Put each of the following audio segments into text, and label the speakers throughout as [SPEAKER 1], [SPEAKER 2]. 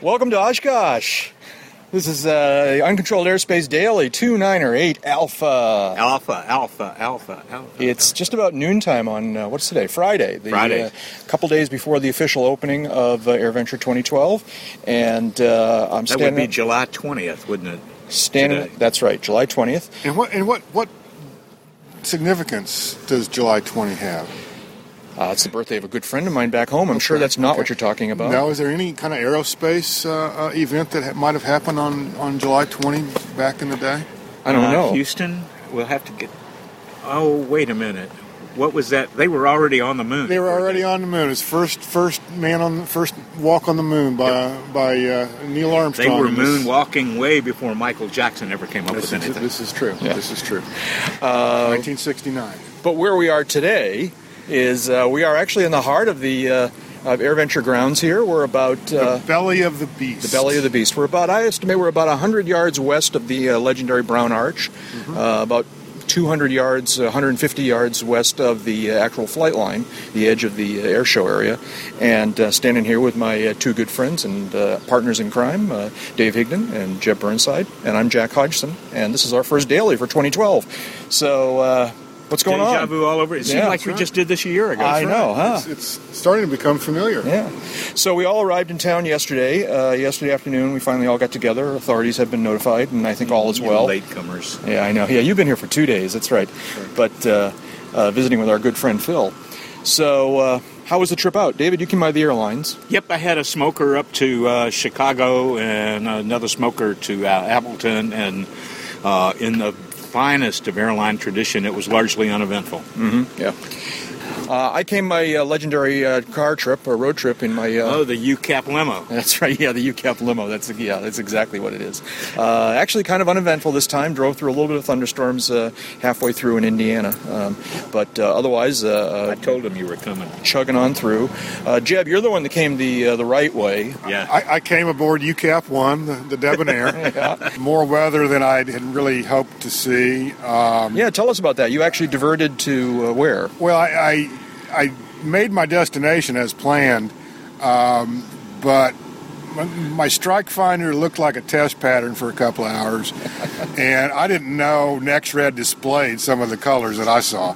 [SPEAKER 1] Welcome to Oshkosh. This is uh, Uncontrolled Airspace Daily 298 Alpha.
[SPEAKER 2] Alpha, alpha, alpha, alpha.
[SPEAKER 1] It's just about noontime on, uh, what's today? Friday. The,
[SPEAKER 2] Friday.
[SPEAKER 1] uh, couple days before the official opening of uh, AirVenture 2012. And uh, I'm
[SPEAKER 2] that
[SPEAKER 1] standing.
[SPEAKER 2] would be July twentieth, wouldn't it?
[SPEAKER 1] standing
[SPEAKER 2] today.
[SPEAKER 1] That's right, July 20th.
[SPEAKER 3] And what and what what significance does July 20 have?
[SPEAKER 1] Uh, it's the birthday of a good friend of mine back home. I'm sure that's not what you're talking about.
[SPEAKER 3] Now, is there any kind of aerospace uh, uh, event that ha- might have happened on, on July 20 back in the day?
[SPEAKER 1] I don't
[SPEAKER 2] Uh,
[SPEAKER 1] know.
[SPEAKER 2] Houston, we'll have to get. Oh, wait a minute. What was that? They were already on the moon.
[SPEAKER 3] They were
[SPEAKER 2] weren't
[SPEAKER 3] already on the moon. It's first first man on the first walk on the moon by by uh, Neil
[SPEAKER 2] They
[SPEAKER 3] Armstrong.
[SPEAKER 2] were
[SPEAKER 3] And this-
[SPEAKER 2] moonwalking way before Michael Jackson ever came up
[SPEAKER 3] This
[SPEAKER 2] with
[SPEAKER 3] is,
[SPEAKER 2] anything.
[SPEAKER 3] this is true.
[SPEAKER 1] Yeah. Uh,
[SPEAKER 3] This is true. 1969.
[SPEAKER 1] But where we are today is uh, we are actually in the heart of the uh, of AirVenture grounds here. We're about. Uh,
[SPEAKER 3] the belly of the beast.
[SPEAKER 1] the belly of the beast. We're about, I estimate, we're about 100 yards west of the uh, legendary Brown Arch, uh, about 200 yards, 150 yards west of the uh, actual flight line, the edge of the uh, air show area. And uh, standing here with my uh, two good friends and uh, partners in crime, uh, Dave Higdon and Jeb Burnside, and I'm Jack Hodgson. And this is our first daily for 2012. So, uh, what's going
[SPEAKER 2] Deja
[SPEAKER 1] on?
[SPEAKER 2] vu all over. It seemed
[SPEAKER 1] Yeah.
[SPEAKER 2] like we just did this a year ago.
[SPEAKER 1] I know, huh?
[SPEAKER 3] It's, it's starting to become familiar.
[SPEAKER 1] Yeah. So we all arrived in town yesterday. Uh, yesterday afternoon, we finally all got together. Authorities have been notified, and I think all is
[SPEAKER 2] You
[SPEAKER 1] well.
[SPEAKER 2] Latecomers.
[SPEAKER 1] Yeah, I know. Yeah, you've been here for two days. That's right. But uh, uh, visiting with our good friend Phil. So, uh, how was the trip out, David? You came by the airlines.
[SPEAKER 2] Yep, I had a smoker up to uh, Chicago and another smoker to uh, Appleton, and uh, in the finest of airline tradition, it was largely uneventful.
[SPEAKER 1] Yeah. Uh, I came my uh, legendary uh, car trip or road trip in my. Uh,
[SPEAKER 2] Oh, the UCAP limo.
[SPEAKER 1] That's right. Yeah, the UCAP limo. That's yeah. That's exactly what it is. Uh, actually, kind of uneventful this time. Drove through a little bit of thunderstorms uh, halfway through in Indiana, um, but uh, otherwise, uh,
[SPEAKER 2] I
[SPEAKER 1] uh,
[SPEAKER 2] told him you were coming.
[SPEAKER 1] chugging on through. Uh, Jeb, you're the one that came the uh, the right way.
[SPEAKER 2] Yeah.
[SPEAKER 3] I, I came aboard UCAP one, the, the debonair. More weather than I had really hoped to see. Um,
[SPEAKER 1] Yeah, tell us about that. You actually diverted to uh, where?
[SPEAKER 3] well, I, I I made my destination as planned, um, but my, my strike finder looked like a test pattern for a couple of hours, and I didn't know NextRed displayed some of the colors that I saw.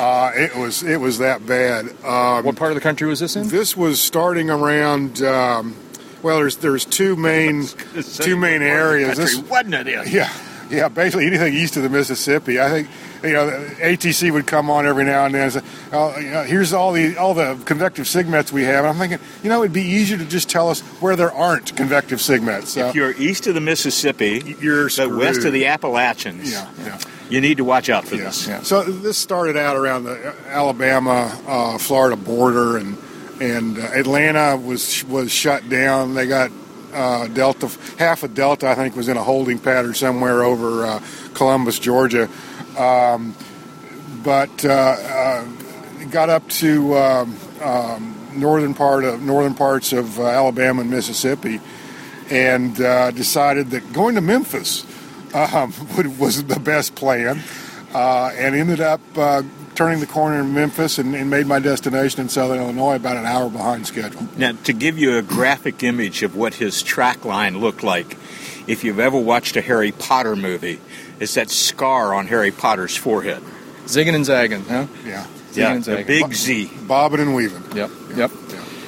[SPEAKER 3] Uh, it was it was that bad. Um,
[SPEAKER 1] What part of the country was this in?
[SPEAKER 3] This was starting around. Um, well, there's there's two main two main areas. This-
[SPEAKER 2] wasn't it? Is?
[SPEAKER 3] yeah, yeah. Basically, anything east of the Mississippi. I think you know ATC would come on every now and then. And say, oh, you know, here's all the all the convective segments we have. And I'm thinking, you know, it'd be easier to just tell us where there aren't convective segments.
[SPEAKER 2] If you're east of the Mississippi,
[SPEAKER 3] You're
[SPEAKER 2] the west of
[SPEAKER 3] screwed.
[SPEAKER 2] the Appalachians.
[SPEAKER 3] yeah, yeah.
[SPEAKER 2] You need to watch out for
[SPEAKER 3] Yeah.
[SPEAKER 2] this.
[SPEAKER 1] Yeah.
[SPEAKER 3] So this started out around the uh, Alabama uh, Florida border, and and uh, Atlanta was was shut down. They got uh, Delta half of Delta, I think, was in a holding pattern somewhere over uh, Columbus, Georgia. Um, but uh, uh, got up to um, um, northern part of northern parts of uh, Alabama and Mississippi, and uh, decided that going to Memphis um, would- was the best plan, uh, and ended up uh, turning the corner in Memphis and, and made my destination in Southern Illinois about an hour behind schedule.
[SPEAKER 2] Now, to give you a graphic image of what his track line looked like, if you've ever watched a Harry Potter movie, it's that scar on Harry Potter's forehead.
[SPEAKER 1] Zigging and zagging, huh?
[SPEAKER 3] Yeah,
[SPEAKER 1] Zigging
[SPEAKER 2] Yeah,
[SPEAKER 1] and
[SPEAKER 2] the
[SPEAKER 1] zagging.
[SPEAKER 2] big Z.
[SPEAKER 3] bobbing and weaving.
[SPEAKER 1] Yep, yep.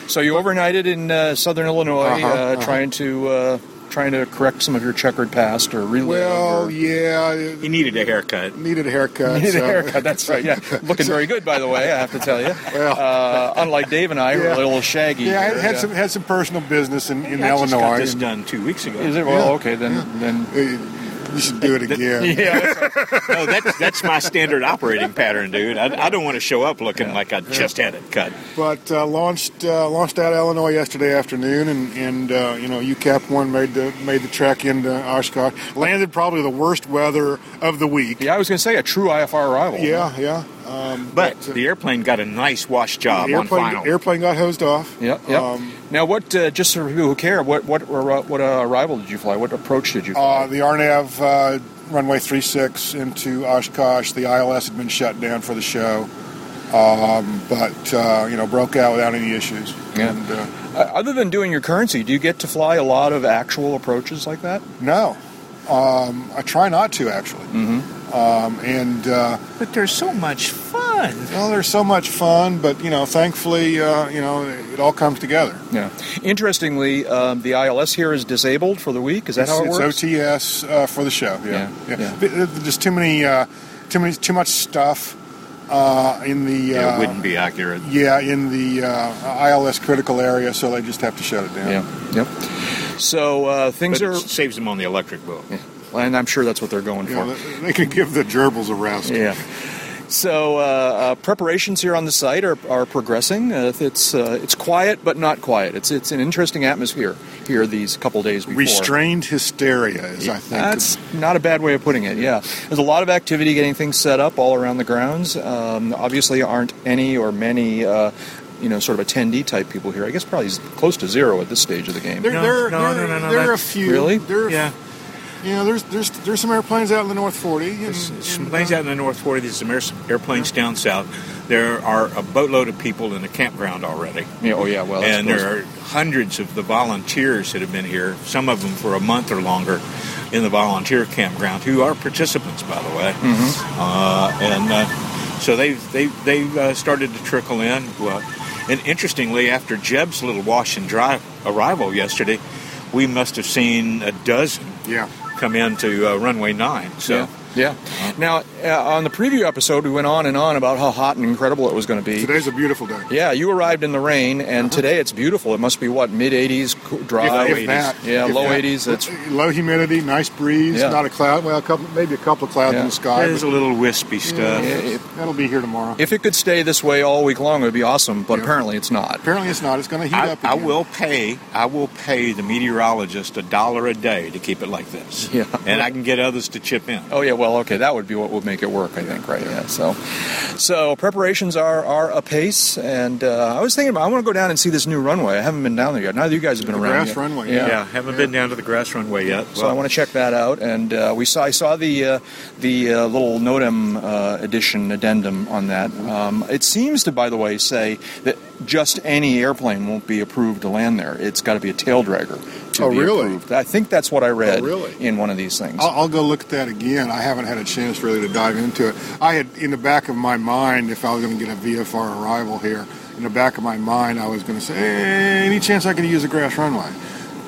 [SPEAKER 1] So you overnighted in uh, Southern Illinois, uh
[SPEAKER 3] Uh-huh, uh-huh.
[SPEAKER 1] trying to uh, trying to correct some of your checkered past or relive.
[SPEAKER 3] Well,
[SPEAKER 1] or-
[SPEAKER 3] yeah,
[SPEAKER 2] He needed a haircut.
[SPEAKER 3] needed a haircut.
[SPEAKER 1] Needed a
[SPEAKER 3] so-
[SPEAKER 1] haircut, That's right. Yeah, looking very good, by the way. I have to tell you.
[SPEAKER 3] Well.
[SPEAKER 1] uh, unlike Dave and I, who are a
[SPEAKER 3] Yeah.
[SPEAKER 1] little shaggy.
[SPEAKER 3] Yeah, I
[SPEAKER 1] here,
[SPEAKER 3] had some had some personal business in, in
[SPEAKER 2] I
[SPEAKER 3] Illinois.
[SPEAKER 2] just got this done two weeks ago.
[SPEAKER 1] Is it? Well,
[SPEAKER 3] Yeah.
[SPEAKER 1] okay, then. Then.
[SPEAKER 3] Uh, You should do it again.
[SPEAKER 1] Yeah. that's right.
[SPEAKER 2] No, that's that's my standard operating pattern, dude. I, I don't want to show up looking like I just had it cut.
[SPEAKER 3] But uh, launched uh, launched out of Illinois yesterday afternoon, and and uh, you know UCAP one made the made the trek into Oshkosh. Landed probably the worst weather of the week.
[SPEAKER 1] yeah, I was going to say a true IFR rival.
[SPEAKER 3] yeah. yeah. Um,
[SPEAKER 2] But
[SPEAKER 3] uh,
[SPEAKER 2] the airplane got a nice wash
[SPEAKER 1] Uh,
[SPEAKER 2] job
[SPEAKER 3] the
[SPEAKER 2] on
[SPEAKER 3] airplane
[SPEAKER 2] final.
[SPEAKER 3] airplane got hosed off.
[SPEAKER 1] Yep, yep.
[SPEAKER 3] Um,
[SPEAKER 1] now, what? Uh, just for people who care, what what what, what uh, arrival did you fly? What approach did you? fly?
[SPEAKER 3] Uh, the Arnav uh, runway 36 into Oshkosh. The ILS had been shut down for the show, um, but uh, you know broke out without any issues.
[SPEAKER 1] Yeah.
[SPEAKER 3] And, uh,
[SPEAKER 1] Uh, other than doing your currency, do you get to fly a lot of actual approaches like that?
[SPEAKER 3] No, um, I try not to actually.
[SPEAKER 1] Mm-hmm.
[SPEAKER 3] Um, and uh,
[SPEAKER 4] But there's so much fun.
[SPEAKER 3] well, there's so much fun, but you know, thankfully, uh, you know, it all comes together.
[SPEAKER 1] Yeah. Interestingly, um, the ILS here is disabled for the week. Is that how it
[SPEAKER 3] it's,
[SPEAKER 1] works?
[SPEAKER 3] it's OTS uh, for the show. Yeah,
[SPEAKER 1] Yeah,
[SPEAKER 3] yeah.
[SPEAKER 1] yeah.
[SPEAKER 3] But, uh, There's too many, uh, too many, too much stuff uh, in the.
[SPEAKER 2] Yeah,
[SPEAKER 3] uh,
[SPEAKER 2] it wouldn't be accurate.
[SPEAKER 3] yeah, in the uh, ILS critical area, so they just have to shut it down.
[SPEAKER 1] yeah. Yep. So uh, things
[SPEAKER 2] But
[SPEAKER 1] are,
[SPEAKER 2] it saves them on the electric bill.
[SPEAKER 1] and I'm sure that's what they're going
[SPEAKER 3] You
[SPEAKER 1] for.
[SPEAKER 3] know, they, they can give the gerbils a rest.
[SPEAKER 1] Yeah. So uh, uh, preparations here on the site are, are progressing. Uh, it's uh, it's quiet, but not quiet. It's it's an interesting atmosphere here these couple days before.
[SPEAKER 3] Restrained hysteria is, I think.
[SPEAKER 1] That's not a bad way of putting it. Yeah, there's a lot of activity getting things set up all around the grounds. Um, obviously, aren't any or many. Uh, you know, sort of attendee type people here. I guess probably s- close to zero at this stage of the game.
[SPEAKER 3] there,
[SPEAKER 2] No,
[SPEAKER 3] there,
[SPEAKER 2] no,
[SPEAKER 3] there,
[SPEAKER 2] no, no, no,
[SPEAKER 3] there are a
[SPEAKER 2] that's-
[SPEAKER 3] few.
[SPEAKER 1] Really?
[SPEAKER 3] There,
[SPEAKER 2] Yeah.
[SPEAKER 3] You know, there's there's there's some airplanes out in the North Forty. And,
[SPEAKER 2] There's some
[SPEAKER 3] and,
[SPEAKER 2] planes
[SPEAKER 3] uh,
[SPEAKER 2] out in the North 40, there's some air- airplanes down south. There are a boatload of people in the campground already.
[SPEAKER 1] Yeah, oh yeah, well, that's
[SPEAKER 2] and
[SPEAKER 1] close.
[SPEAKER 2] there are hundreds of the volunteers that have been here, some of them for a month or longer, in the volunteer campground, who are participants, by the way.
[SPEAKER 1] Mm-hmm.
[SPEAKER 2] Uh, and uh, so they've, they've, they've uh, started to trickle in. Well, and interestingly, after Jeb's little wash and dry arrival yesterday, we must have seen a dozen
[SPEAKER 3] Yeah.
[SPEAKER 2] come into uh, runway nine. So.
[SPEAKER 1] yeah. yeah. Now, uh, on the preview episode, we went on and on about how hot and incredible it was going to be.
[SPEAKER 3] Today's a beautiful day.
[SPEAKER 1] Yeah, you arrived in the rain, and today it's beautiful. It must be what mid 80s, co- dry.
[SPEAKER 3] Uh-huh. If- if
[SPEAKER 2] 80s.
[SPEAKER 3] that.
[SPEAKER 1] Yeah,
[SPEAKER 3] If
[SPEAKER 1] low
[SPEAKER 3] that.
[SPEAKER 1] 80s. That's
[SPEAKER 3] low humidity, nice breeze,
[SPEAKER 1] Yeah.
[SPEAKER 3] not a cloud. Well, a couple, maybe a couple of clouds
[SPEAKER 1] Yeah.
[SPEAKER 3] in the sky.
[SPEAKER 2] There's a
[SPEAKER 3] but-
[SPEAKER 2] little wispy stuff.
[SPEAKER 1] Yeah.
[SPEAKER 3] that'll be here tomorrow.
[SPEAKER 1] if it could stay this way all week long, it would be awesome. But apparently, it's not.
[SPEAKER 3] Apparently, it's not. It's going to heat
[SPEAKER 2] I,
[SPEAKER 3] up.
[SPEAKER 2] I
[SPEAKER 3] again.
[SPEAKER 2] will pay. I will pay the meteorologist a dollar a day to keep it like this.
[SPEAKER 1] Yeah.
[SPEAKER 2] and I can get others to chip in.
[SPEAKER 1] Oh yeah, well, okay, that would be what would make it work, I think, right? Yeah. So, so preparations are are apace, and uh, I was thinking about I want to go down and see this new runway. I haven't been down there yet. Neither of you guys have been
[SPEAKER 3] The
[SPEAKER 1] around.
[SPEAKER 3] grass
[SPEAKER 1] yet.
[SPEAKER 3] runway,
[SPEAKER 2] Yeah,
[SPEAKER 3] yeah.
[SPEAKER 2] haven't been down to the grass runway yet.
[SPEAKER 1] So I want to check that out, and uh, we saw I saw the uh, the uh, little NOTAM uh, edition addendum on that. Um, it seems to, by the way, say that just any airplane won't be approved to land there. It's got to be a tail dragger. To
[SPEAKER 3] Oh,
[SPEAKER 1] be
[SPEAKER 3] really? Oh,
[SPEAKER 1] Approved. I think that's what I read.
[SPEAKER 3] really? Oh.
[SPEAKER 1] In one of these things.
[SPEAKER 3] I'll, I'll go look at that again. I haven't had a chance really to dive into it. I had in the back of my mind, if I was going to get a VFR arrival here, in the back of my mind, I was going to say, "Eh, any chance I could use a grass runway?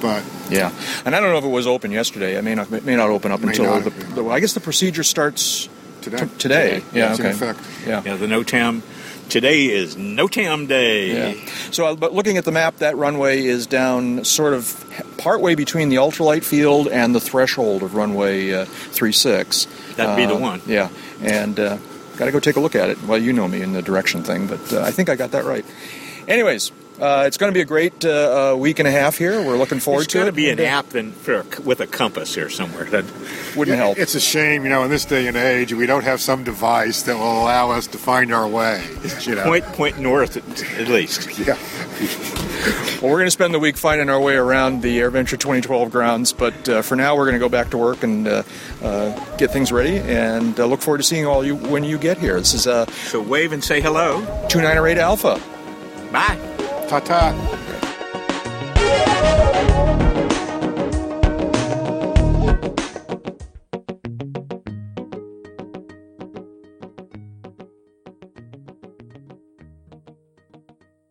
[SPEAKER 3] But
[SPEAKER 1] Yeah, and I don't know if it was open yesterday. I may not it may not open up
[SPEAKER 3] May
[SPEAKER 1] until
[SPEAKER 3] not,
[SPEAKER 1] the,
[SPEAKER 3] yeah.
[SPEAKER 1] the. I guess the procedure starts
[SPEAKER 3] today,
[SPEAKER 1] t- today. Yeah,
[SPEAKER 3] it's
[SPEAKER 1] okay.
[SPEAKER 3] in effect.
[SPEAKER 1] Yeah.
[SPEAKER 2] Yeah, the no tam. Today is no tam day.
[SPEAKER 1] Yeah. So, uh, but looking at the map, that runway is down sort of partway between the ultralight field and the threshold of runway uh, 36.
[SPEAKER 2] That'd be the
[SPEAKER 1] Uh,
[SPEAKER 2] one.
[SPEAKER 1] Yeah, and uh, got to go take a look at it. Well, you know me in the direction thing, but uh, I think I got that right. Anyways, uh, it's going to be a great uh, uh, week and a half here. We're looking forward
[SPEAKER 2] There's
[SPEAKER 1] to
[SPEAKER 2] got to
[SPEAKER 1] it.
[SPEAKER 2] be an app then for, with a compass here somewhere. That
[SPEAKER 1] Wouldn't help.
[SPEAKER 3] It's a shame, you know, in this day and age, we don't have some device that will allow us to find our way. You know?
[SPEAKER 2] point point north at, at least.
[SPEAKER 3] Yeah.
[SPEAKER 1] Well, we're going to spend the week finding our way around the AirVenture 2012 grounds, but uh, for now, we're going to go back to work and uh, uh, get things ready. And uh, look forward to seeing all you when you get here. This is uh,
[SPEAKER 2] So wave and say hello.
[SPEAKER 1] 298 Alpha.
[SPEAKER 2] Bye.
[SPEAKER 3] Ta ta.